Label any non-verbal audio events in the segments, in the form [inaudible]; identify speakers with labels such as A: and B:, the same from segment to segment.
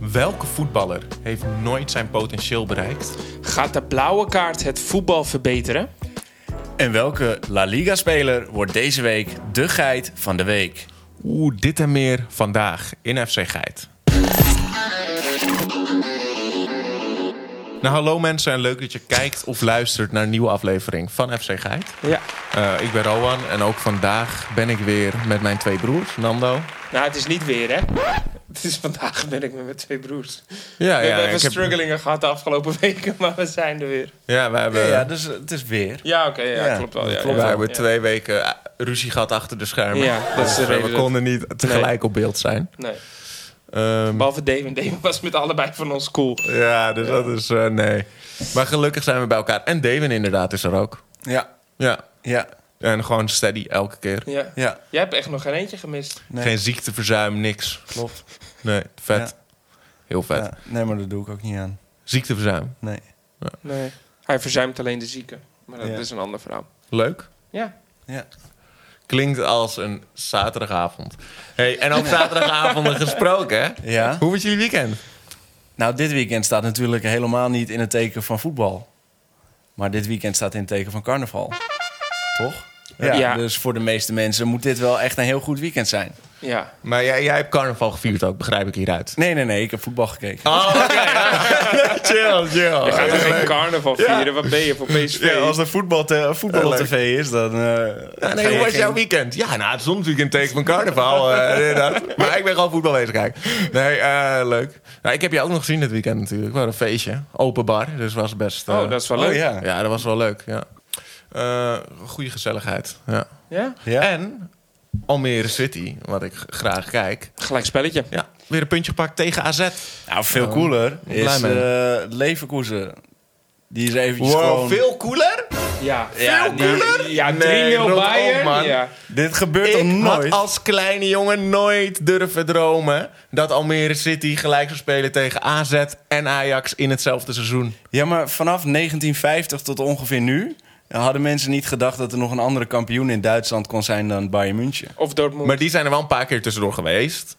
A: Welke voetballer heeft nooit zijn potentieel bereikt?
B: Gaat de blauwe kaart het voetbal verbeteren?
C: En welke La Liga-speler wordt deze week de geit van de week?
A: Oeh, dit en meer vandaag in FC Geit. Nou, hallo mensen en leuk dat je kijkt of luistert naar een nieuwe aflevering van FC Geit.
B: Ja.
A: Eh, ik ben Rowan en ook vandaag ben ik weer met mijn twee broers, Nando.
B: Nou, het is niet weer, hè? Het is vandaag ben ik met mijn twee broers.
A: Ja,
B: we hebben
A: ik
B: even
A: heb-
B: struggelingen gehad de afgelopen [laughs] weken, maar we zijn er weer.
A: ja, we hebben,
C: Ja, dus het is weer.
B: Ja, oké, ja,
C: Ja,
B: klopt wel.
C: dat
B: Ja,
A: we
B: ja,
A: hebben
B: ja.
A: twee weken eh, ruzie gehad achter de schermen.
B: Ja, dat is
A: Dus,
B: de
A: eh,
B: reden
A: we
B: dat-
A: konden niet tegelijk op beeld zijn.
B: Nee.
A: Ehm,
B: Behalve Damon. Damon was met allebei van ons cool.
A: ja, dus dat is eh, nee. Maar gelukkig zijn we bij elkaar. En Damon inderdaad is er ook.
C: Ja,
A: Ja,
C: ja,
A: en gewoon steady elke keer.
B: Ja.
C: ja.
B: Jij hebt echt nog geen eentje gemist.
C: Nee.
A: Geen ziekteverzuim, niks.
C: Klopt.
A: Nee, vet. Heel vet.
C: Ja, nee, maar dat doe ik ook niet aan.
A: Ziekteverzuim.
C: Nee.
B: Nee. Hij verzuimt alleen de zieken. Maar dat
C: Ja.
B: is een ander verhaal.
A: Leuk.
B: Ja.
C: Ja.
A: Klinkt als een zaterdagavond. Hey, en
B: [laughs]
A: ook zaterdagavonden gesproken, hè?
C: Ja.
A: Hoe was jullie weekend?
C: Nou, dit weekend staat natuurlijk helemaal niet in het teken van voetbal. Maar dit weekend staat in het teken van carnaval. Toch?
B: Ja.
C: Dus voor de meeste mensen moet dit wel echt een heel goed weekend zijn.
B: Ja.
A: Maar jij, jij hebt carnaval gevierd ook, begrijp ik hieruit.
C: Nee, nee, nee. Ik heb voetbal gekeken.
A: Oh, oké. [laughs] chill, chill.
B: Je gaat er geen carnaval vieren. Wat ben je voor PSV?
C: Oh, Ja, als er voetbal, te, voetbal Eh, op tv is, dan... eh,
A: Ja,
C: ga
A: nee, hoe
C: je
A: was
C: geen-
A: jouw weekend? Ja, nou, het is soms weekend teken van
B: [laughs]
A: carnaval. eh, inderdaad. maar ik ben gewoon voetbal bezig kijken. Nee, eh, leuk. Nou, ik heb je ook nog gezien dit weekend natuurlijk. We hadden een feestje. Open bar, dus was best... eh,
B: Oh, dat is wel
C: Oh
B: leuk.
C: ja.
A: Ja, dat was wel leuk, ja. Eh goede gezelligheid, ja.
B: Ja?
C: Ja.
A: En Almere City, wat ik g- graag kijk.
B: Gelijk spelletje.
A: Ja, weer een puntje gepakt tegen AZ.
C: Nou, veel cooler
A: blij
C: is
A: mee.
C: eh Leverkusen. Die is eventjes gewoon...
A: veel cooler?
B: Ja.
C: Ja,
B: die-
C: cooler?
B: Ja, 3-0
A: Nee, rot op,
B: Bayern.
A: man.
B: Ja.
C: Dit gebeurt nog
A: Ik had
C: nooit.
A: als kleine jongen nooit durven dromen... dat Almere City gelijk zou spelen tegen AZ en Ajax in hetzelfde seizoen.
C: Ja, maar vanaf 1950 tot ongeveer nu... eh, hadden mensen niet gedacht dat er nog een andere kampioen in Duitsland kon zijn dan Bayern München.
B: Of Dortmund.
A: Maar die zijn er wel een paar keer tussendoor geweest.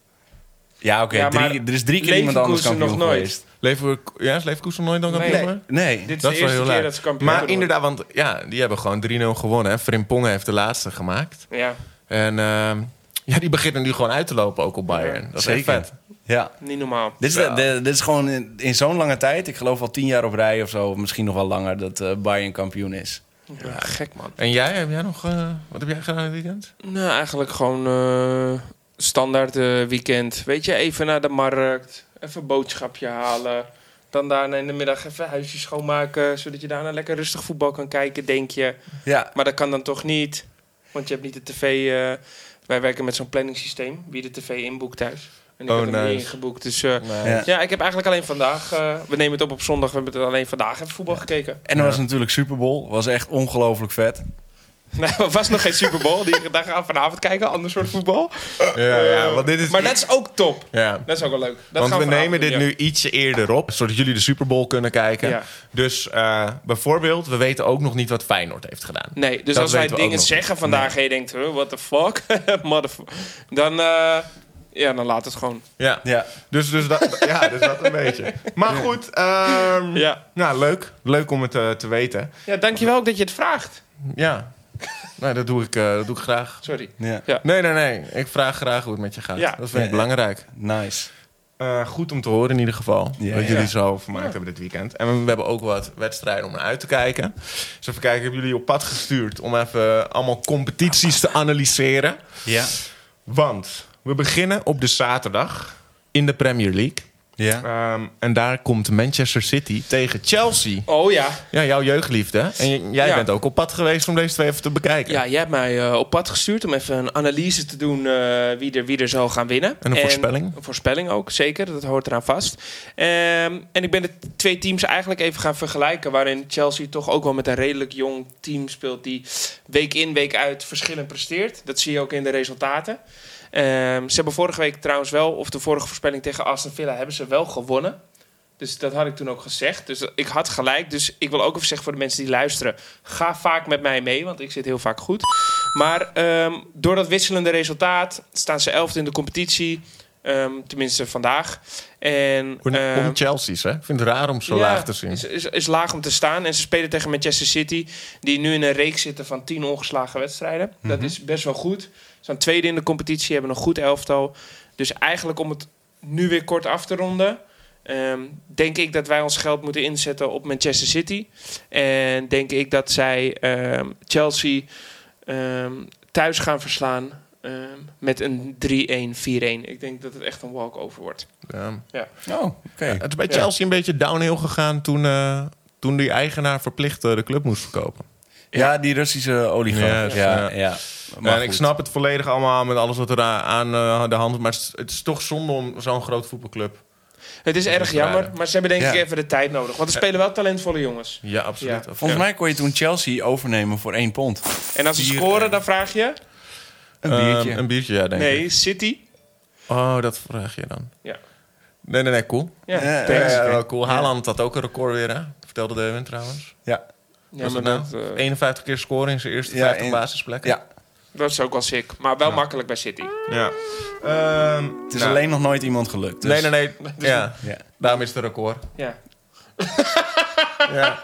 C: Ja, oké.
B: Ja, maar
C: drie- er is drie keer iemand anders
B: Leverkusen
C: kampioen
B: nog nooit.
C: geweest.
A: Leverkusen, ja, is Leverkusen nooit dan
B: Nee.
A: kampioen? geworden?
C: Nee.
B: Dit
A: Dat is
B: is de
A: wel
B: eerste
A: heel
B: keer
A: leuk.
B: dat ze kampioen
A: Maar
B: worden.
A: inderdaad, want ja, die hebben gewoon 3-0 gewonnen. Hè. Frimpong heeft de laatste gemaakt.
B: Ja,
A: En ehm, ja, die beginnen nu gewoon uit te lopen ook op Bayern.
B: Ja,
A: dat is echt
C: zeker.
A: vet.
C: Ja.
B: niet normaal.
C: Dit is, de- de- dit is gewoon in, in zo'n lange tijd, ik geloof al tien jaar op rij of zo, of misschien nog wel langer, dat eh, Bayern kampioen is.
B: Ja, gek man.
A: En jij, heb jij nog... eh, wat heb jij gedaan dit weekend?
B: Nou, eigenlijk gewoon eh, standaard eh, weekend. Weet je, even naar de markt, even een boodschapje halen. Dan daarna in de middag even huisje schoonmaken, zodat je daarna lekker rustig voetbal kan kijken, denk je.
C: Ja.
B: Maar dat kan dan toch niet, want je hebt niet de tv. eh, wij werken met zo'n planningssysteem, wie de tv inboekt thuis. En ik
A: Oh,
B: heb hem
A: nice.
B: niet ingeboekt, dus... eh,
C: Ja.
B: ja, ik heb eigenlijk alleen vandaag... eh, we nemen het op op zondag, we hebben het alleen vandaag even voetbal gekeken. [laughs]
C: En dan was natuurlijk Super Bowl, was echt ongelooflijk vet.
B: Nee, er was nog geen Super Bowl. Die, daar gaan we vanavond kijken, ander soort voetbal. Eh,
A: Ja, ja, want dit is...
B: Maar dat is ook top.
A: ja.
B: Dat is ook wel leuk. Dat
A: Want
B: gaan
A: we
B: vanavond
A: nemen dit
B: doen, ja.
A: nu ietsje eerder op, zodat jullie de Super Bowl kunnen kijken.
B: Ja.
A: Dus eh, bijvoorbeeld, we weten ook nog niet wat Feyenoord heeft gedaan.
B: Nee, dus
A: Dat
B: als wij
A: weten we ook
B: dingen
A: nog.
B: zeggen vandaag en je denkt, huh, what the fuck? [laughs] Motherfucker. Dan, eh, ja, dan laat het gewoon.
A: Ja.
C: Ja.
A: Dus, dus, dat, [laughs] ja, dus dat een beetje. Maar goed, ehm,
B: Ja.
A: nou, leuk. Leuk om het eh, te weten.
B: ja, dankjewel ook dat je het vraagt.
A: Ja, nou, dat, doe ik, eh, dat doe ik graag.
B: Sorry.
C: Ja.
A: Nee, nee, nee. Ik vraag graag hoe het met je gaat.
B: Ja.
A: Dat vind ik
C: Ja.
A: belangrijk.
C: Nice.
A: Eh, goed om te horen in ieder geval.
C: Ja.
A: dat jullie
B: Ja.
A: zo vermaakt hebben dit weekend. En we, we hebben ook wat wedstrijden om naar uit te kijken. Dus even kijken, ik heb jullie op pad gestuurd om even allemaal competities te analyseren.
C: Ja.
A: Want we beginnen op de zaterdag in de Premier League.
C: Ja.
A: Ehm, en daar komt Manchester City tegen Chelsea.
B: Oh ja.
A: Ja, jouw jeugdliefde. hè? En j- jij
B: Ja.
A: bent ook op pad geweest om deze twee even te bekijken.
B: Ja, jij hebt mij eh, op pad gestuurd om even een analyse te doen eh, wie, er, wie er zou gaan winnen.
A: En een voorspelling.
B: Een voorspelling ook, zeker. Dat hoort eraan vast. Ehm, en ik ben de t- twee teams eigenlijk even gaan vergelijken. Waarin Chelsea toch ook wel met een redelijk jong team speelt. Die week in, week uit verschillend presteert. Dat zie je ook in de resultaten. Ehm, ze hebben vorige week trouwens wel, of de vorige voorspelling tegen Aston Villa, hebben ze wel gewonnen. Dus dat had ik toen ook gezegd. Dus ik had gelijk. Dus ik wil ook even zeggen voor de mensen die luisteren: ga vaak met mij mee, want ik zit heel vaak goed. Maar ehm, door dat wisselende resultaat staan ze elfde in de competitie. Eh, Ehm, tenminste vandaag. En,
A: Hoe
B: ehm,
A: noemen Chelsea's, hè? Ik vind het raar om zo
B: ja,
A: laag te zien.
B: Is, is, is laag om te staan. En ze spelen tegen Manchester City, die nu in een reeks zitten van 10 ongeslagen wedstrijden.
A: Mhm.
B: Dat is best wel goed. Ze staan tweede in de competitie, hebben een goed elftal. Dus eigenlijk om het nu weer kort af te ronden. ehm, denk ik dat wij ons geld moeten inzetten op Manchester City. En denk ik dat zij ehm, Chelsea ehm, thuis gaan verslaan ehm, met een 3-1, 4-1. Ik denk dat het echt een walkover wordt.
A: Ja.
C: Oh, oké.
A: Het is bij
B: Ja.
A: Chelsea een beetje downhill gegaan toen, eh, toen die eigenaar verplicht eh, de club moest verkopen.
C: Ja, die Russische oligarch.
A: Yes,
C: ja,
A: ja.
C: ja.
A: Ja,
C: Maar
A: en ik
C: goed.
A: snap het volledig allemaal met alles wat er aan- aan eh, de hand is. Maar het is, het is toch zonde om zo'n groot voetbalclub.
B: Het is
A: Dat is
B: erg
A: raar,
B: jammer,
A: hè?
B: maar ze hebben denk ik
C: Ja.
B: even de tijd nodig. Want er spelen wel talentvolle jongens.
A: Ja, absoluut.
B: Ja.
A: Ja.
C: Volgens mij kon je toen Chelsea overnemen voor één pond.
B: En als ze
A: Vier,
B: scoren,
A: eh,
B: dan vraag je...
C: Een biertje.
A: Ehm, een biertje, ja, denk ik.
B: Nee, City.
A: Oh, dat vraag je dan.
B: Ja.
A: Nee, nee, nee, cool.
B: Ja,
C: Ja,
A: Ja,
B: thanks.
A: ja,
C: oké.
A: wel cool. Haaland had ook een record weer, hè? Vertelde Dewin trouwens.
C: ja.
B: Ja,
A: Was
B: maar
A: het nou?
B: dat, eh,
A: 51 keer scoren in zijn eerste
C: Ja,
A: 50
C: in-
A: basisplekken.
C: ja.
B: dat is ook wel sick. Maar wel makkelijk bij City.
A: ja. Ehm,
C: Het is
A: nou,
C: alleen nog nooit iemand gelukt. dus-
A: Nee, nee,
C: [laughs]
A: nee. Ja,
C: Ja.
A: daarom is het een record.
B: Ja.
A: Ja,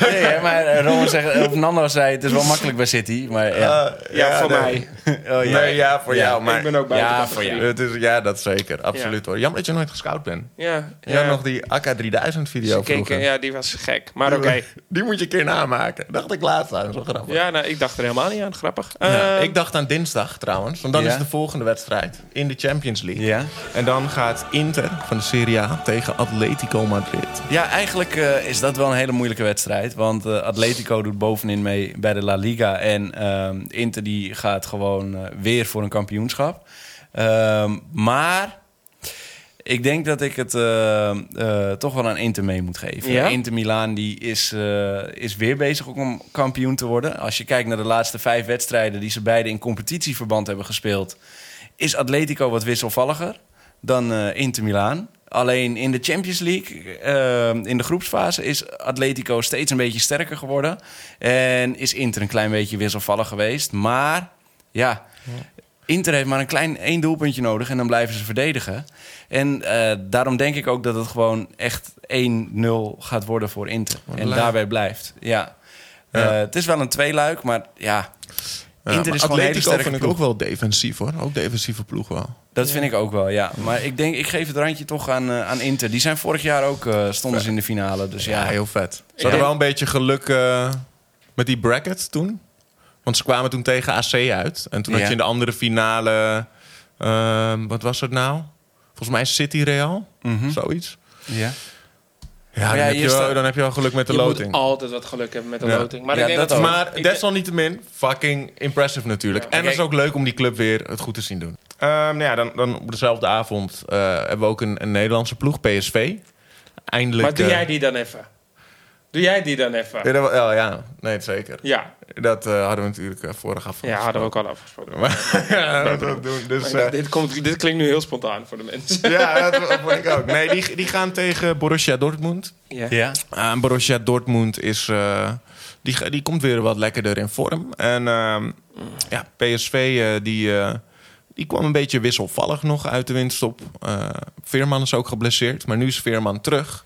C: Nee, hè, maar eh, Roman zegt, of Nando zei, het is wel makkelijk bij City. Maar ja.
A: Eh,
B: Ja, voor
A: nee.
B: mij.
C: [laughs] oh, ja.
A: Nee, ja, voor
C: Ja,
A: jou. Maar
B: ik ben ook bij
C: Ja,
B: de
C: voor jou.
A: Het is, ja, dat zeker. Absoluut hoor. Jammer dat je nooit gescout bent.
B: Ja,
A: Ja, nog die AK 3000 video
B: Ze
A: vroeger.
B: keken, ja, die was gek. Maar oké.
A: Die moet je een keer namaken. Dacht ik laatst aan, zo grappig.
B: Ja, nou, ik dacht er helemaal niet aan. Grappig.
A: Ja,
B: Ehm,
A: ik dacht aan dinsdag trouwens, want dan
C: Ja.
A: is de volgende wedstrijd in de Champions League.
C: Ja.
A: En dan gaat Inter van de Serie A tegen Atletico Madrid.
C: Ja, eigenlijk eh, is dat wel een hele moeilijke wedstrijd. Want eh, Atletico doet bovenin mee bij de La Liga. En ehm, Inter die gaat gewoon eh, weer voor een kampioenschap. Ehm, maar ik denk dat ik het eh, eh, toch wel aan Inter mee moet geven.
B: Ja?
C: Inter Milaan die is, eh, is weer bezig om kampioen te worden. Als je kijkt naar de laatste vijf wedstrijden... die ze beide in competitieverband hebben gespeeld... is Atletico wat wisselvalliger dan eh, Inter Milaan. Alleen in de Champions League, eh, in de groepsfase, is Atletico steeds een beetje sterker geworden. En is Inter een klein beetje wisselvallig geweest. Maar ja, Inter heeft maar een klein één doelpuntje nodig en dan blijven ze verdedigen. En eh, daarom denk ik ook dat het gewoon echt 1-0 gaat worden voor Inter.
A: Wat
C: En
A: leuk.
C: daarbij blijft. Ja.
A: Ja.
C: Eh, het is wel een tweeluik, maar ja,
A: Ja,
C: Inter
A: maar
C: is gewoon een hele
A: Atletico
C: sterke
A: vind ik
C: ploeg.
A: ook wel defensief hoor. Ook defensieve ploeg wel.
C: Dat vind ik ook wel, ja. Maar ik denk, ik geef het randje toch aan, eh, aan Inter. Die zijn vorig jaar ook, eh, stonden ze in de finale. Dus ja,
A: heel vet. Ze
B: Ja.
A: hadden wel een beetje geluk eh, met die bracket toen. Want ze kwamen toen tegen AC uit. En toen
C: Ja.
A: had je in de andere finale... ehm, wat was het nou? Volgens mij City Real,
C: Mhm.
A: zoiets.
C: ja.
A: Ja, dan,
C: ja,
A: heb
C: je
A: je wel,
C: staat-
A: dan heb je wel geluk met de
B: je
A: loting.
B: moet altijd wat geluk hebben met de
A: Ja.
B: loting. Maar
C: Ja,
B: ik denk
C: dat
B: dat...
C: ook.
A: Maar
B: ik-
A: desalniettemin, fucking impressive natuurlijk.
B: Ja.
A: En het is ook leuk om die club weer het goed te zien doen. Ehm, nou ja, dan, dan op dezelfde avond eh, hebben we ook een, een Nederlandse ploeg, PSV. Eindelijk.
B: Maar doe
A: eh,
B: jij die dan even. Doe jij die dan even.
A: ja, dat wa- oh, ja, nee, zeker.
B: Ja,
A: Dat eh, hadden we natuurlijk eh, vorige aflevering.
B: ja hadden we ook al afgesproken.
A: Maar, [laughs] ja, dat ook doen. Dus,
B: Maar
A: eh,
B: dit, komt, dit klinkt nu heel spontaan voor de mensen.
A: ja, dat vond ik ook. Nee, die, die gaan tegen Borussia Dortmund.
B: [laughs] Ja.
C: Ja.
A: Ah, en Borussia Dortmund is. eh, die, ga- die komt weer wat lekkerder in vorm. En ehm, ja, PSV eh, die, eh, die kwam een beetje wisselvallig nog uit de winststop. Eh, Veerman is ook geblesseerd, maar nu is Veerman terug.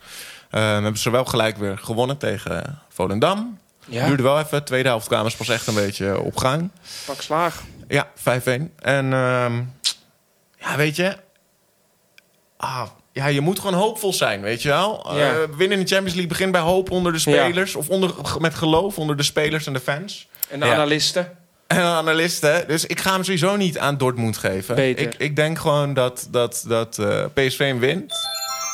A: Eh, hebben ze wel gelijk weer gewonnen tegen Volendam.
B: Ja.
A: Duurde wel even. Tweede helft kwamen ze pas echt een beetje op gang.
B: Pak slaag.
A: Ja, 5-1. En ehm, ja, weet je... Ah, ja, je moet gewoon hoopvol zijn, weet je wel?
B: Ja.
A: Eh, winnen in de Champions League begint bij hoop onder de spelers. Of onder, met geloof onder de spelers en de fans.
B: En de
C: Ja.
B: analisten.
A: En de analisten. Dus ik ga hem sowieso niet aan Dortmund geven.
B: Beter.
A: Ik, ik denk gewoon dat, dat, dat eh, PSV hem wint.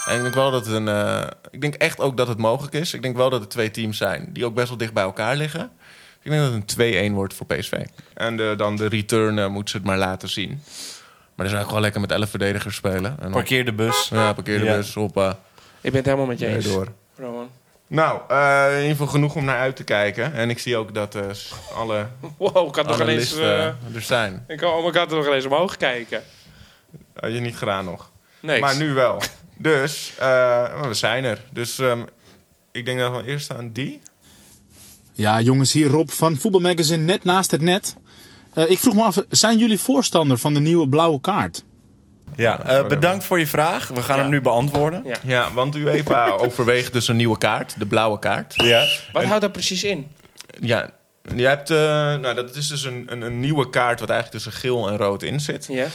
A: En ik denk wel dat het een... eh, ik denk echt ook dat het mogelijk is. Ik denk wel dat er twee teams zijn die ook best wel dicht bij elkaar liggen. Ik denk dat het een 2-1 wordt voor PSV. En de, dan de return eh, moet ze het maar laten zien. Maar dan zou ik gewoon lekker met 11 verdedigers spelen. En dan-
C: Parkeer de bus.
A: Ja, parkeer de
C: Ja.
A: bus. Hoppa.
B: Ik ben het helemaal met je
A: Jij
B: eens.
A: door.
B: Roman.
A: Nou, eh, in ieder geval genoeg om naar uit te kijken. En ik zie ook dat eh, alle
B: Wow, ik had nog ineens...
A: analisten
B: eh
A: er zijn.
B: ik, oh, maar ik had nog ineens omhoog kijken.
A: Had Eh, je niet gedaan nog.
B: Nee.
A: Maar nu wel. Dus, eh, we zijn er. Dus ehm, ik denk dat we eerst aan die.
D: Ja, jongens, hier Rob van Voetbalmagazine net naast het net. Eh, ik vroeg me af, zijn jullie voorstander van de nieuwe blauwe kaart?
C: Ja, eh, bedankt voor je vraag. We gaan
B: Ja.
C: hem nu beantwoorden.
B: Ja.
A: Ja, want UEFA overweegt dus een nieuwe kaart, de blauwe kaart.
C: Ja.
B: Wat houdt dat precies in?
A: Ja, je hebt, eh, nou, dat is dus een, een, een nieuwe kaart wat eigenlijk tussen geel en rood in zit.
B: Ja.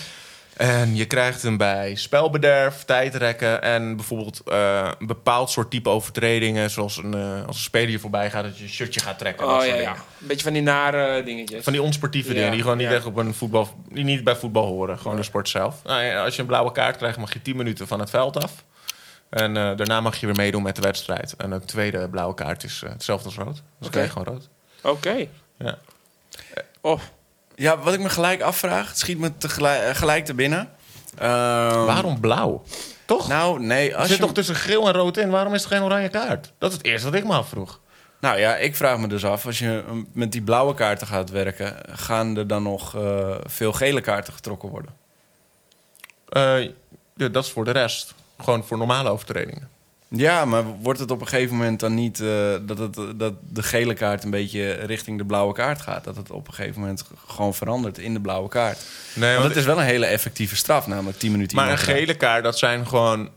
A: En je krijgt hem bij spelbederf, tijdrekken en bijvoorbeeld eh, een bepaald soort type overtredingen. Zoals een, eh, als een speler hier voorbij gaat dat je shirtje gaat trekken. dat
B: Oh
A: soort
B: ja, ja.
A: dingen.
B: Een beetje van die nare eh, dingetjes.
A: Van die onsportieve
B: Ja,
A: dingen die gewoon niet
B: ja.
A: echt op een voetbal, die niet bij voetbal horen. Gewoon de sport zelf. Nou, ja, als je een blauwe kaart krijgt mag je 10 minuten van het veld af. En eh, daarna mag je weer meedoen met de wedstrijd. En een tweede blauwe kaart is eh, hetzelfde als rood. Dus dan krijg je gewoon rood.
B: Oké.
A: Ja.
B: Oh,
C: ja, wat ik me gelijk afvraag, het schiet me tegelijk, eh, gelijk te binnen. Ehm,
A: Waarom blauw? Toch?
C: Nou, nee,
A: Er
C: als je...
A: zit toch tussen geel en rood in? Waarom is er geen oranje kaart? Dat is het eerste wat ik me afvroeg.
C: Nou ja, ik vraag me dus af, als je eh, met die blauwe kaarten gaat werken, gaan er dan nog eh, veel gele kaarten getrokken worden?
A: Eh, ja, dat is voor de rest. Gewoon voor normale overtredingen.
C: Ja, maar wordt het op een gegeven moment dan niet eh, dat, het, dat de gele kaart een beetje richting de blauwe kaart gaat? Dat het op een gegeven moment g- gewoon verandert in de blauwe kaart.
A: Nee,
C: Want het is wel een hele effectieve straf, namelijk 10 minuten.
A: maar een
C: iemand
A: gele kaart, dat zijn gewoon...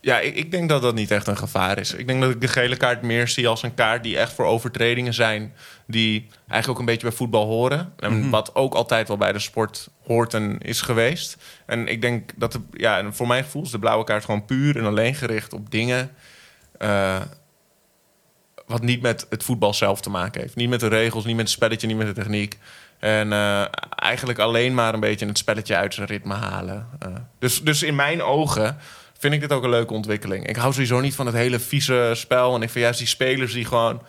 A: Ja, ik, ik denk dat dat niet echt een gevaar is. Ik denk dat ik de gele kaart meer zie als een kaart die echt voor overtredingen zijn... die eigenlijk ook een beetje bij voetbal horen. En wat ook altijd wel bij de sport hoort en is geweest. En ik denk dat, de, ja, en voor mijn gevoel is de blauwe kaart gewoon puur en alleen gericht op dingen... eh, wat niet met het voetbal zelf te maken heeft. Niet met de regels, niet met het spelletje, niet met de techniek. En eh, eigenlijk alleen maar een beetje het spelletje uit zijn ritme halen. Eh, dus, dus in mijn ogen vind ik dit ook een leuke ontwikkeling. Ik hou sowieso niet van het hele vieze spel. En ik vind juist die spelers die gewoon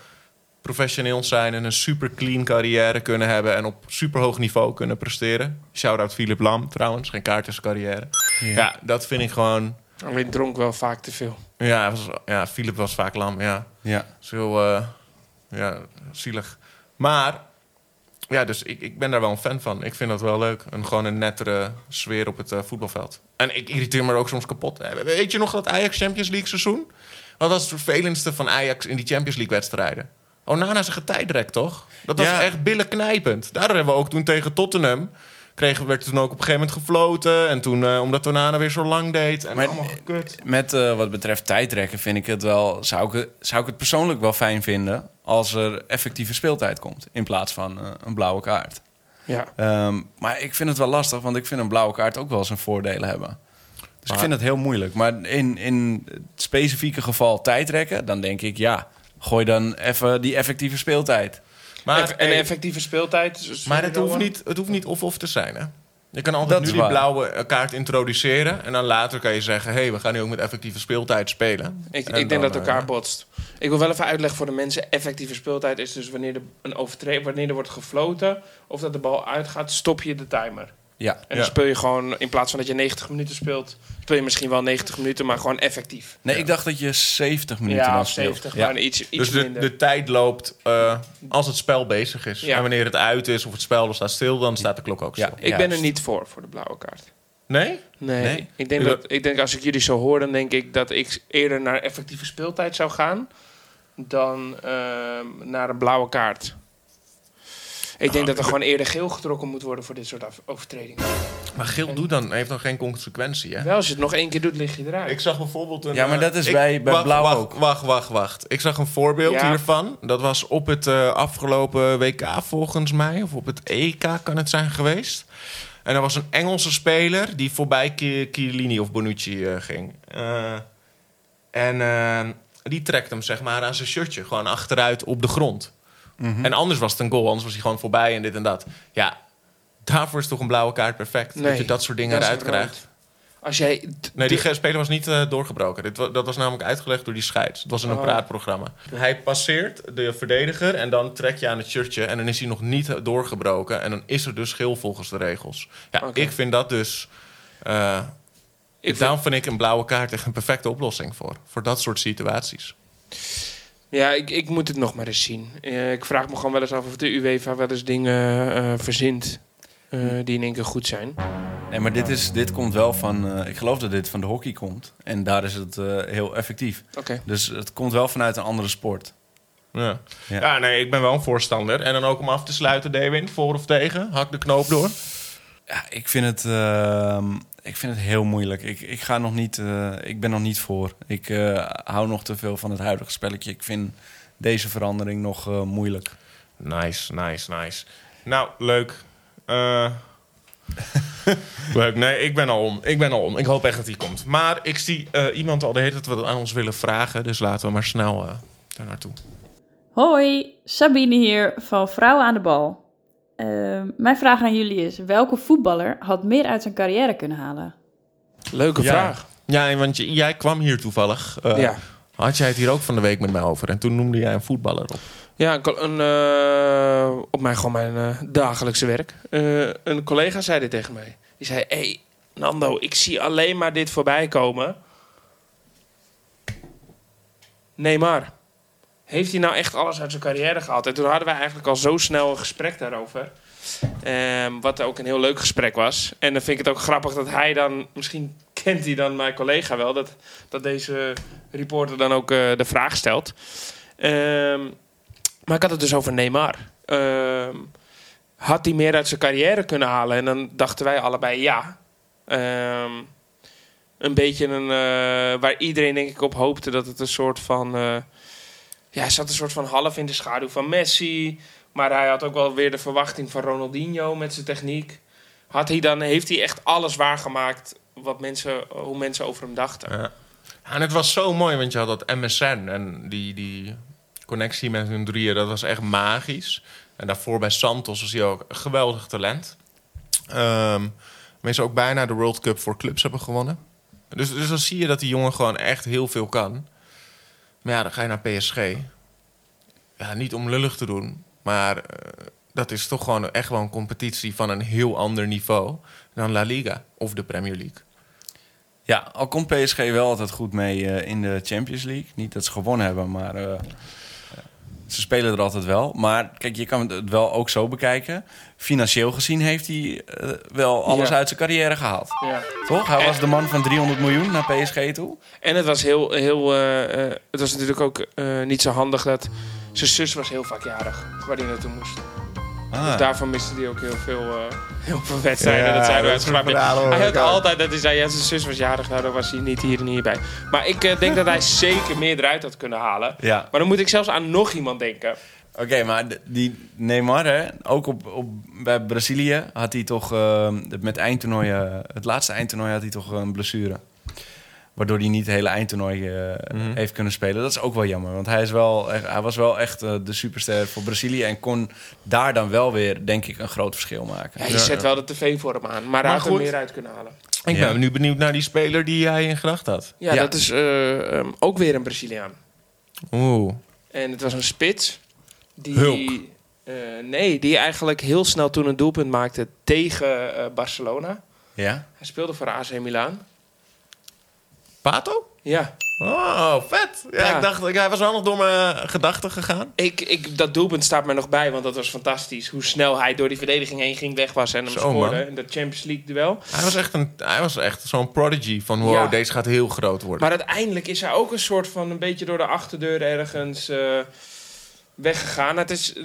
A: professioneel zijn... en een super clean carrière kunnen hebben... en op super hoog niveau kunnen presteren. Shout-out Philip Lam trouwens, geen kaart in zijn carrière. Ja. dat vind ik gewoon...
B: alleen dronk wel vaak te veel.
A: Ja, hij was, ja Philip was vaak lam, ja.
C: Ja.
A: Dat is heel eh, ja, zielig. Maar, ja, dus ik, ik ben daar wel een fan van. Ik vind dat wel leuk. Een, gewoon een nettere sfeer op het eh, voetbalveld. En ik irriteer me er ook soms kapot. Eh, Weet je nog dat Ajax Champions League seizoen? Wat was het vervelendste van Ajax in die Champions League wedstrijden? Onana zijn getijdrek, toch? Dat was
C: Ja.
A: echt billenknijpend. Daardoor hebben we ook toen tegen Tottenham... Kregen, werd toen ook op een gegeven moment gefloten. En toen, eh, omdat Onana weer zo lang deed. En
C: Maar-
A: allemaal gekut.
C: Met eh, wat betreft tijdrekken vind ik het wel, zou ik, het- zou ik het persoonlijk wel fijn vinden als er effectieve speeltijd komt in plaats van eh, een blauwe kaart.
B: Ja.
C: Ehm, maar ik vind het wel lastig, want ik vind een blauwe kaart ook wel zijn voordelen hebben. Dus ik vind het heel moeilijk. Maar in, in het specifieke geval tijdrekken, dan denk ik ja, gooi dan even die effectieve speeltijd.
A: Maar,
B: Eff- en
A: hey,
B: effectieve speeltijd. dus-
A: Maar het hoeft niet, het hoeft niet of-of te zijn, hè? Je kan altijd
C: Dat
A: nu
C: is
A: die
C: waar.
A: blauwe eh, kaart introduceren... en dan later kan je zeggen... hé, hey, we gaan nu ook met effectieve speeltijd spelen.
B: Ik,
A: En
B: ik
A: dan,
B: denk dat
A: eh,
B: elkaar botst. Ik wil wel even uitleggen voor de mensen. Effectieve speeltijd is dus wanneer, de, een overtre- wanneer er wordt gefloten of dat de bal uitgaat, stop je de timer.
C: Ja,
B: En
A: Ja.
B: dan speel je gewoon, in plaats van dat je 90 minuten speelt, speel je misschien wel 90 minuten, maar gewoon effectief.
C: nee, ik dacht dat je 70 minuten
B: Ja,
C: dan
B: of
C: speelt.
B: 70,
C: Ja.
B: maar iets, iets
A: dus de,
B: minder.
A: de tijd loopt eh, als het spel bezig is.
B: Ja.
A: En wanneer het uit is of het spel staat stil... dan staat de klok ook stil.
C: Ja.
B: ik ben er
C: Juist.
B: niet voor, voor de blauwe kaart.
A: Nee?
B: Nee,
C: Nee?
B: Ik, denk
A: Ja.
B: dat, ik denk als ik jullie zo hoor, dan denk ik dat ik eerder naar effectieve speeltijd zou gaan dan ehm, naar een blauwe kaart. Ik denk dat er gewoon eerder geel getrokken moet worden voor dit soort af- overtredingen.
A: Maar Geel doet dan, heeft dan geen consequentie, hè?
B: Wel, als je het nog één keer doet, lig je eruit.
A: Ik zag bijvoorbeeld een...
C: Ja, maar
A: eh,
C: dat is
A: ik-
C: bij- bij
A: wacht,
C: blauw
A: wacht,
C: ook.
A: Wacht, wacht, wacht. Ik zag een voorbeeld
B: Ja.
A: hiervan. Dat was op het eh, afgelopen WK volgens mij. Of op het EK kan het zijn geweest. En er was een Engelse speler die voorbij Ki- Chiellini of Bonucci eh, ging. Eh, en eh, die trekt hem zeg maar aan zijn shirtje. Gewoon achteruit op de grond.
C: Mhm.
A: En anders was het een goal. Anders was hij gewoon voorbij en dit en dat. Ja, daarvoor is toch een blauwe kaart perfect.
B: Nee,
A: dat je dat soort dingen
B: dat is
A: eruit
B: rood.
A: krijgt.
B: Als jij... d-
A: Nee, die
B: d-
A: ge- speler was niet eh, doorgebroken. Dit wa- dat was namelijk uitgelegd door die scheids. Het was in een
B: Oh.
A: praatprogramma. Hij passeert de verdediger en dan trek je aan het shirtje... en dan is hij nog niet eh, doorgebroken. En dan is er dus geel volgens de regels. Ja,
B: Oké.
A: ik vind dat dus... eh,
B: vind-
A: daarom vind ik een blauwe kaart echt een perfecte oplossing voor. Voor dat soort situaties.
B: Ja, ik, ik moet het nog maar eens zien. Eh, ik vraag me gewoon wel eens af of de UEFA wel eens dingen eh, verzint eh, die in één keer goed zijn.
C: Nee, maar dit, is, dit komt wel van, eh, ik geloof dat dit van de hockey komt. En daar is het eh, heel effectief.
B: Oké.
C: Dus het komt wel vanuit een andere sport.
A: Ja. Ja.
C: Ja.
A: nee, ik ben wel een voorstander. En dan ook om af te sluiten, Dewin, voor of tegen. Hak de knoop door.
C: Ja, ik vind het. ehm, Ik vind het heel moeilijk. Ik, ik, ga nog niet, eh, ik ben nog niet voor. Ik eh, hou nog te veel van het huidige spelletje. Ik vind deze verandering nog eh, moeilijk.
A: Nice, nice, nice. Nou, leuk. Eh, [laughs] leuk. Nee, ik ben al om. Ik ben al om. Ik hoop echt dat die komt. Maar ik zie eh, iemand al de hele tijd wat aan ons willen vragen. Dus laten we maar snel eh, daar naartoe.
E: Hoi, Sabine hier van Vrouwen aan de Bal. Ehm, mijn vraag aan jullie is: welke voetballer had meer uit zijn carrière kunnen halen?
B: Leuke
C: Ja.
B: vraag.
A: Ja, en want j- jij kwam hier toevallig. Eh,
B: ja.
A: Had jij het hier ook van de week met mij over? En toen noemde jij een voetballer op.
B: Ja, een, co- een, eh, op mijn, gewoon mijn eh, dagelijkse werk. Eh, een collega zei dit tegen mij. Die zei, hé hey, Nando, ik zie alleen maar dit voorbij komen. Neymar, heeft hij nou echt alles uit zijn carrière gehaald? En toen hadden wij eigenlijk al zo snel een gesprek daarover. Ehm, wat ook een heel leuk gesprek was. En dan vind ik het ook grappig dat hij dan... Misschien kent hij dan mijn collega wel. Dat, dat deze reporter dan ook eh, de vraag stelt. Ehm, maar ik had het dus over Neymar. Ehm, had hij meer uit zijn carrière kunnen halen? En dan dachten wij allebei ja. Ehm, een beetje een, eh, waar iedereen denk ik op hoopte dat het een soort van... eh, ja, hij zat een soort van half in de schaduw van Messi. Maar hij had ook wel weer de verwachting van Ronaldinho met zijn techniek. Had hij dan, heeft hij echt alles waargemaakt wat mensen, hoe mensen over hem dachten?
A: Ja. En het was zo mooi, want je had dat MSN en die, die connectie met hun drieën, dat was echt magisch. En daarvoor bij Santos was hij ook een geweldig talent. Ehm mensen ook bijna de World Cup voor clubs hebben gewonnen. Dus, dus dan zie je dat die jongen gewoon echt heel veel kan. Maar ja, dan ga je naar PSG. Ja, niet om lullig te doen, maar eh, dat is toch gewoon echt wel een competitie van een heel ander niveau dan La Liga of de Premier League.
C: Ja, al komt PSG wel altijd goed mee eh, in de Champions League. Niet dat ze gewonnen hebben, maar eh, ze spelen er altijd wel. Maar kijk, je kan het wel ook zo bekijken. Financieel gezien heeft hij eh, wel alles
B: Ja.
C: uit zijn carrière gehaald.
B: Ja.
C: Toch? Hij
B: En-
C: was de man van 300 miljoen naar PSG toe.
B: En het was heel, heel eh, eh, het was natuurlijk ook eh, niet zo handig dat zijn zus was heel vaak jarig, waar hij naartoe moest. Dus daarvan miste hij ook heel veel, eh, heel veel wedstrijden.
A: Ja,
B: dat zijn we
A: dat is een verhaal, hoor.
B: Hij had
A: Ik ook.
B: altijd dat hij zei, ja, zijn zus was jarig, nou, dan was hij niet hier en hierbij. Maar ik eh, denk dat [laughs] hij zeker meer eruit had kunnen halen.
C: Ja.
B: Maar dan moet ik zelfs aan nog iemand denken.
C: Oké, maar d- die Neymar, hè, ook op, op, bij Brazilië had hij toch eh, met eindtoernooien, het laatste eindtoernooi had hij toch een blessure. Waardoor hij niet het hele eindtoernooi eh, heeft kunnen spelen. Dat is ook wel jammer, want hij, is wel, echt- hij was wel echt eh, de superster voor Brazilië en kon daar dan wel weer, denk ik, een groot verschil maken.
B: Ja, je zet wel de tv voor hem aan, maar, hij
A: Maar
B: had er
A: goed.
B: meer uit kunnen halen.
A: Ik
C: Ja.
A: ben nu benieuwd naar die speler die hij in gedachten had.
B: Ja,
C: Ja.
B: dat is eh, ehm, ook weer een Braziliaan.
A: Oeh.
B: En het was een spits. Die,
A: Hulk.
B: eh, nee, die eigenlijk heel snel toen een doelpunt maakte tegen eh, Barcelona.
C: Ja?
B: Hij speelde voor AC Milan.
A: Pato?
B: Ja,
A: Oh, vet. Ja,
B: Ja.
A: Ik dacht, ik- hij was wel nog door mijn eh, gedachten gegaan.
B: ik, ik, dat doelpunt staat mij nog bij, want dat was fantastisch. Hoe snel hij door die verdediging heen ging, weg was en hem
A: Zo,
B: scoorde.
A: man.
B: In dat Champions League duel.
A: Hij was echt, een, hij was echt zo'n prodigy van wow,
B: Ja.
A: deze gaat heel groot worden.
B: Maar uiteindelijk is hij ook een soort van een beetje door de achterdeur ergens eh, weggegaan. Het is, eh,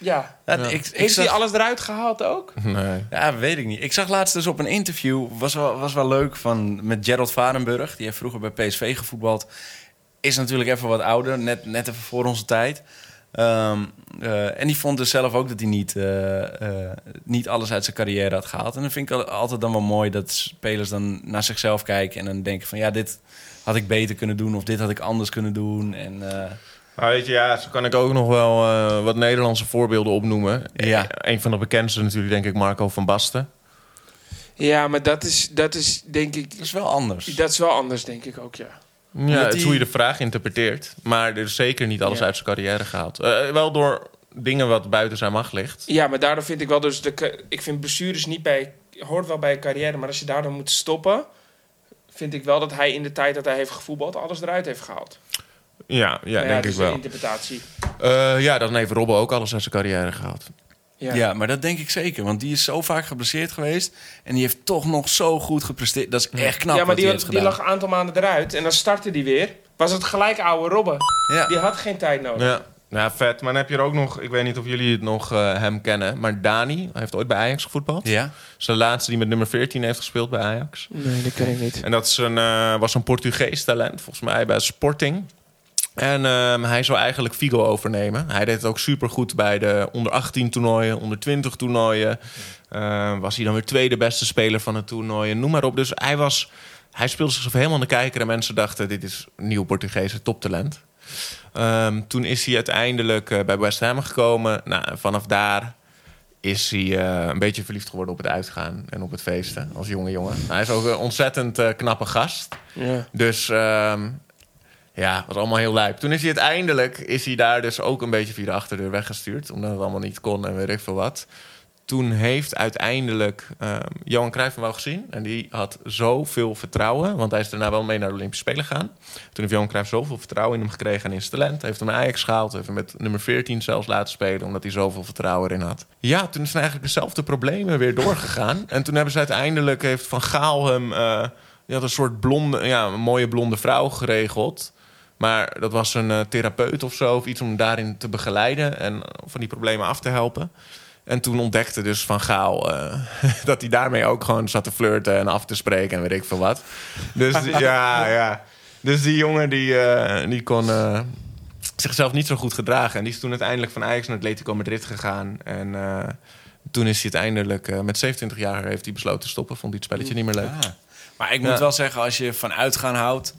B: ja.
C: Ja,
A: Ja.
C: Ik, ik
B: Heeft hij
C: zag,
B: alles eruit gehaald ook?
A: Nee.
C: ja, weet ik niet. Ik zag laatst dus op een interview, was wel, was wel leuk, van, met Gerald Varenburg. Die heeft vroeger bij PSV gevoetbald. is natuurlijk even wat ouder, net, net even voor onze tijd. Ehm, eh, en die vond dus zelf ook dat hij niet, eh, eh, niet alles uit zijn carrière had gehaald. En dan vind ik al- altijd dan wel mooi dat spelers dan naar zichzelf kijken en dan denken van ja, dit had ik beter kunnen doen of dit had ik anders kunnen doen. En, eh,
A: Maar weet je, ja, zo kan ik ook nog wel eh, wat Nederlandse voorbeelden opnoemen. Eh,
C: Ja.
A: Een van de bekendste natuurlijk, denk ik, Marco van Basten.
B: Ja, maar dat is, dat is denk ik...
C: dat is wel anders.
B: Dat is wel anders, denk ik ook, ja.
A: Ja, het is
C: die-
A: hoe je de vraag interpreteert. Maar er is zeker niet alles
B: Ja.
A: uit zijn carrière gehaald. Eh, wel door dingen wat buiten zijn macht ligt.
B: Ja, maar daardoor vind ik wel dus... De, ca- ik vind blessures niet bij... Hoort wel bij je carrière, maar als je daardoor moet stoppen... vind ik wel dat hij in de tijd dat hij heeft gevoetbald... alles eruit heeft gehaald.
A: Ja, ja, denk
B: Maar dat
A: ik
B: is
A: wel.
B: een interpretatie.
A: Eh, ja, dan heeft Robben ook alles uit zijn carrière gehaald.
B: Ja.
C: Ja, maar dat denk ik zeker. Want die is zo vaak geblesseerd geweest. En die heeft toch nog zo goed gepresteerd. Dat is echt knap
B: Ja, maar
C: wat
B: die,
C: hij
B: had-
C: heeft
B: die
C: gedaan.
B: lag een aantal maanden eruit en dan startte die weer. Was het gelijk oude Robben.
C: Ja.
B: Die had geen tijd nodig.
A: Ja. Nou, vet. Maar dan heb je er ook nog... Ik weet niet of jullie het nog eh, hem kennen. Maar Dani, hij heeft ooit bij Ajax gevoetbald.
C: Ja.
A: Zijn laatste die met nummer 14 heeft gespeeld bij Ajax.
B: Nee, dat ken ik niet.
A: En dat is een, eh, was een Portugees talent, volgens mij bij Sporting. En ehm, hij zou eigenlijk Figo overnemen. Hij deed het ook supergoed bij de onder 18 toernooien, onder 20 toernooien. Ehm, was hij dan weer tweede beste speler van het toernooi en noem maar op. Dus hij, was, hij speelde zichzelf helemaal aan de kijker en mensen dachten... dit is een nieuw Portugese toptalent. Ehm, toen is hij uiteindelijk eh, bij West Ham gekomen. Nou, en vanaf daar is hij eh, een beetje verliefd geworden op het uitgaan en op het feesten als jonge jongen. Hij is ook een ontzettend eh, knappe gast.
B: Ja.
A: Dus ehm, ja, was allemaal heel lijp. Toen is hij uiteindelijk is hij daar dus ook een beetje via de achterdeur weggestuurd. Omdat het allemaal niet kon en weet ik veel wat. Toen heeft uiteindelijk ehm, Johan Cruijff hem wel gezien. En die had zoveel vertrouwen. Want hij is daarna wel mee naar de Olympische Spelen gegaan. Toen heeft Johan Cruijff zoveel vertrouwen in hem gekregen en in zijn talent. Heeft hem naar Ajax gehaald. Heeft hem met nummer 14 zelfs laten spelen. Omdat hij zoveel vertrouwen erin had. Ja, toen zijn eigenlijk dezelfde problemen weer doorgegaan. En toen hebben ze uiteindelijk... Heeft Van Gaal hem... eh, die had een soort blonde, ja, een mooie blonde vrouw geregeld. Maar dat was een eh, therapeut of zo, of iets om daarin te begeleiden en van die problemen af te helpen. En toen ontdekte dus Van Gaal eh, [laughs] dat hij daarmee ook gewoon zat te flirten en af te spreken en weet ik veel wat.
C: [laughs]
A: Dus die- ja, ja. Dus die jongen die, eh, die kon eh, zichzelf niet zo goed gedragen. En die is toen uiteindelijk van Ajax naar Atletico Madrid gegaan. En eh, toen is hij uiteindelijk, eh, met 27 jaar heeft hij besloten te stoppen. Vond hij het spelletje niet meer leuk.
C: Ah. Maar ik moet
A: Ja.
C: wel zeggen, als je van uitgaan houdt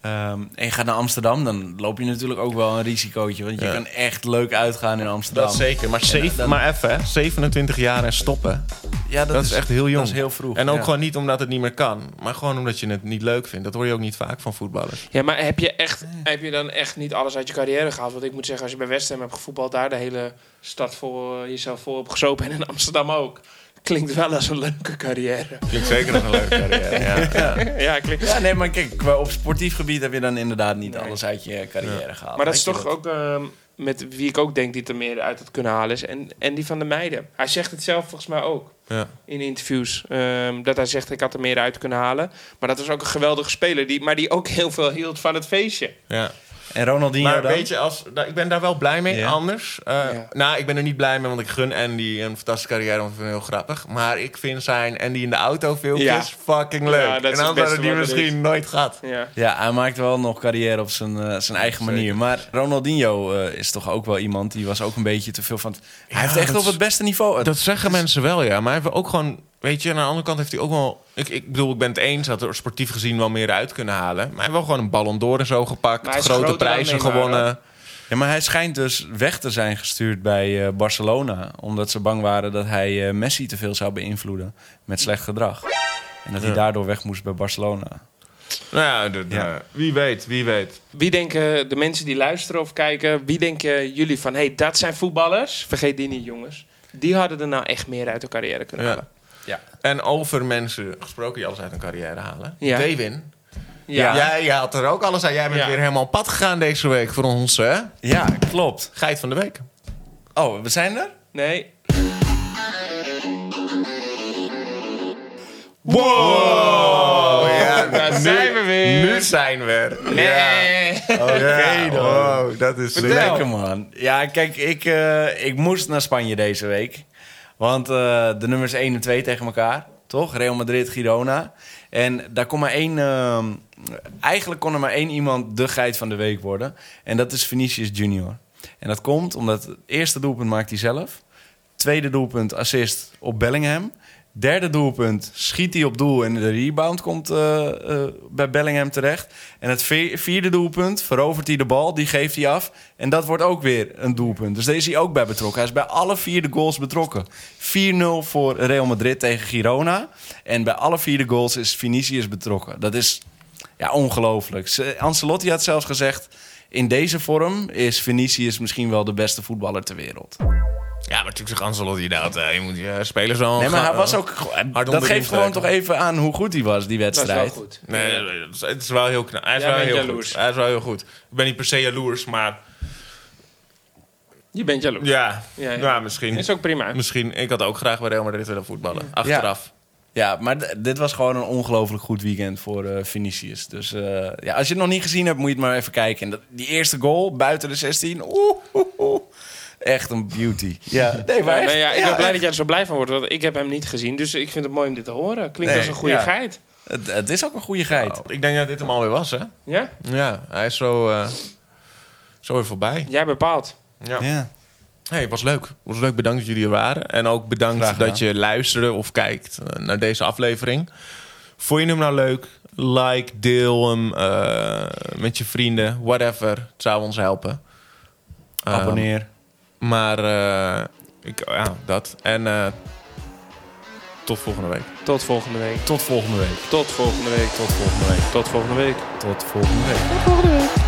C: ehm, en je gaat naar Amsterdam, dan loop je natuurlijk ook wel een risicootje. Want je
A: Ja.
C: kan echt leuk uitgaan in Amsterdam.
A: Dat zeker. Maar,
C: En eh,
A: zeven,
C: dan-
A: maar even, hè. 27 jaar en stoppen.
C: Ja,
A: Dat, is, echt heel jong.
C: Dat is heel vroeg.
A: En ook
C: ja.
A: gewoon niet omdat het niet meer kan. Maar gewoon omdat je het niet leuk vindt. Dat hoor je ook niet vaak van voetballers.
B: ja, maar heb je, echt, heb je dan echt niet alles uit je carrière gehaald? Want ik moet zeggen, als je bij West Ham hebt gevoetbald... daar de hele stad voor eh, jezelf voor hebt gezopen en in Amsterdam ook... Klinkt wel als een leuke carrière.
A: Klinkt zeker nog een leuke carrière.
B: [laughs] ja, klinkt...
C: Ja, nee, maar kijk, qua- op sportief gebied heb je dan inderdaad niet alles uit je carrière gehaald.
B: Maar dat is
C: Weet je
B: toch ook ehm, met wie ik ook denk die het er meer uit had kunnen halen is. En, en die van de meiden. Hij zegt het zelf volgens mij ook
A: Ja.
B: in interviews. ehm, dat hij zegt ik had er meer uit kunnen halen. Maar dat was ook een geweldige speler. Die, maar die ook heel veel hield van het feestje.
A: Ja.
C: En Ronaldinho
A: Maar
C: dan?
A: weet je, als, nou, ik ben daar wel blij mee.
C: Ja.
A: Anders. eh,
B: Ja.
A: Nou, ik ben er niet blij mee, want ik gun Andy een fantastische carrière. Want ik vind hem heel grappig. Maar ik vind zijn Andy in de auto filmpjes fucking leuk.
B: Ja, dat is
A: en
B: het
A: anders
B: beste
A: hadden die
B: wat er
A: misschien
B: is.
A: nooit gehad.
B: Ja.
C: Ja, hij maakt wel nog carrière op zijn, eh, zijn eigen
A: Zeker.
C: manier. Maar Ronaldinho eh, is toch ook wel iemand die was ook een beetje te veel van... het-
A: Ja,
C: Hij heeft echt
A: dat
C: op het
A: is-
C: beste niveau...
A: Dat zeggen mensen wel, ja. Maar hij heeft ook gewoon... Weet je, aan de andere kant heeft hij ook wel... Ik, ik bedoel, ik ben het eens dat er sportief gezien wel meer uit kunnen halen. Maar hij heeft wel gewoon een ballon d'Or en zo gepakt.
B: Maar hij is
A: Grote
B: groter dan
A: prijzen
B: Neymar,
A: gewonnen.
C: Ja, maar hij schijnt dus weg te zijn gestuurd bij eh, Barcelona. Omdat ze bang waren dat hij eh, Messi te veel zou beïnvloeden met slecht gedrag. En dat hij daardoor weg moest bij Barcelona.
A: Nou ja, dat-
C: Ja.
A: nou, wie weet, wie weet.
B: Wie denken de mensen die luisteren of kijken. Wie denken jullie van hé hey, dat zijn voetballers. Vergeet die niet jongens. Die hadden er nou echt meer uit hun carrière kunnen halen.
A: Ja.
C: Ja.
A: En over mensen gesproken die alles uit hun carrière halen.
B: Ja.
A: Dewin,
B: Ja.
A: jij, jij had er ook alles aan. Jij bent
B: Ja.
A: weer helemaal op pad gegaan deze week voor ons, hè?
C: Ja, klopt.
A: Geit van de week.
C: Oh, we zijn er?
B: Nee.
A: Oh, ja,
B: Daar zijn we weer.
A: Nu zijn we er.
B: Nee.
A: Ja. Oké,
C: dan.
A: wow, dat is
B: Vertel.
C: Dus Lekker man. Ja, kijk, ik, eh, ik moest naar Spanje deze week. Want eh, de nummers 1 en 2 tegen elkaar, toch? Real Madrid, Girona. En daar kon maar één... ehm, eigenlijk kon er maar één iemand de geit van de week worden. En dat is Vinicius Junior. En dat komt omdat het eerste doelpunt maakt hij zelf. Tweede doelpunt assist op Bellingham. Derde doelpunt schiet hij op doel en de rebound komt eh, eh, bij Bellingham terecht. En het ve- vierde doelpunt verovert hij de bal, die geeft hij af. En dat wordt ook weer een doelpunt. Dus deze is hij ook bij betrokken. Hij is bij alle vier de goals betrokken. 4-0 voor Real Madrid tegen Girona. En bij alle vier de goals is Vinicius betrokken. Dat is ja, ongelooflijk. Ze- Ancelotti had zelfs gezegd... in deze vorm is Vinicius misschien wel de beste voetballer ter wereld.
A: Ja, maar natuurlijk zegt Ancelotti dat. eh, Je moet je spelers al...
C: Nee, maar hij
A: gaan-
C: was ook.
A: onderin
C: Dat geeft
A: trekken.
C: gewoon toch even aan hoe goed hij was, die
B: Dat is wel
C: wedstrijd.
B: goed.
A: Nee, nee, het is- het is wel heel knap. Hij is
B: Jij
A: wel
B: bent
A: heel
B: jaloers.
A: goed. Hij is wel heel goed. Ik ben niet per se jaloers, maar
B: Je bent jaloers.
A: ja,
B: Ja, ja.
A: Nou, misschien,
B: Is ook prima.
A: misschien. Ik had ook graag bij Real Madrid willen voetballen. Achteraf.
C: Ja, maar d- dit was gewoon een ongelooflijk goed weekend voor eh Vinicius. Dus eh, ja, als je het nog niet gezien hebt, moet je het maar even kijken. En dat, die eerste goal buiten de 16. Oeh, oeh, oeh. Echt een beauty. Ja, nee, maar
B: Ja,
C: echt,
B: nou ja, ik ben
C: ja,
B: blij
C: echt.
B: dat jij er zo blij van wordt, want ik heb hem niet gezien. Dus ik vind het mooi om dit te horen. Klinkt
C: Nee,
B: als een goede
C: ja.
B: geit.
C: Het, het is ook een goede geit.
A: Ik denk dat dit hem alweer was, hè?
B: Ja?
A: Ja, hij is zo, eh, zo weer voorbij.
B: Jij bepaalt.
A: Ja.
C: Ja.
A: Hey, was leuk. Was leuk. Bedankt dat jullie er waren. En ook
C: Graag
A: bedankt
C: gedaan.
A: dat je luisterde of kijkt eh, naar deze aflevering. Vond je hem nou leuk? Like, deel hem eh, met je vrienden, whatever. Het zou ons helpen. Ehm,
C: Abonneer.
A: Maar eh, ik, ja, dat. En eh, tot volgende week.
B: Tot volgende week.
C: Tot volgende week.
B: Tot volgende week.
C: Tot volgende week.
B: Tot volgende week.
C: Tot volgende week.
E: Tot volgende week.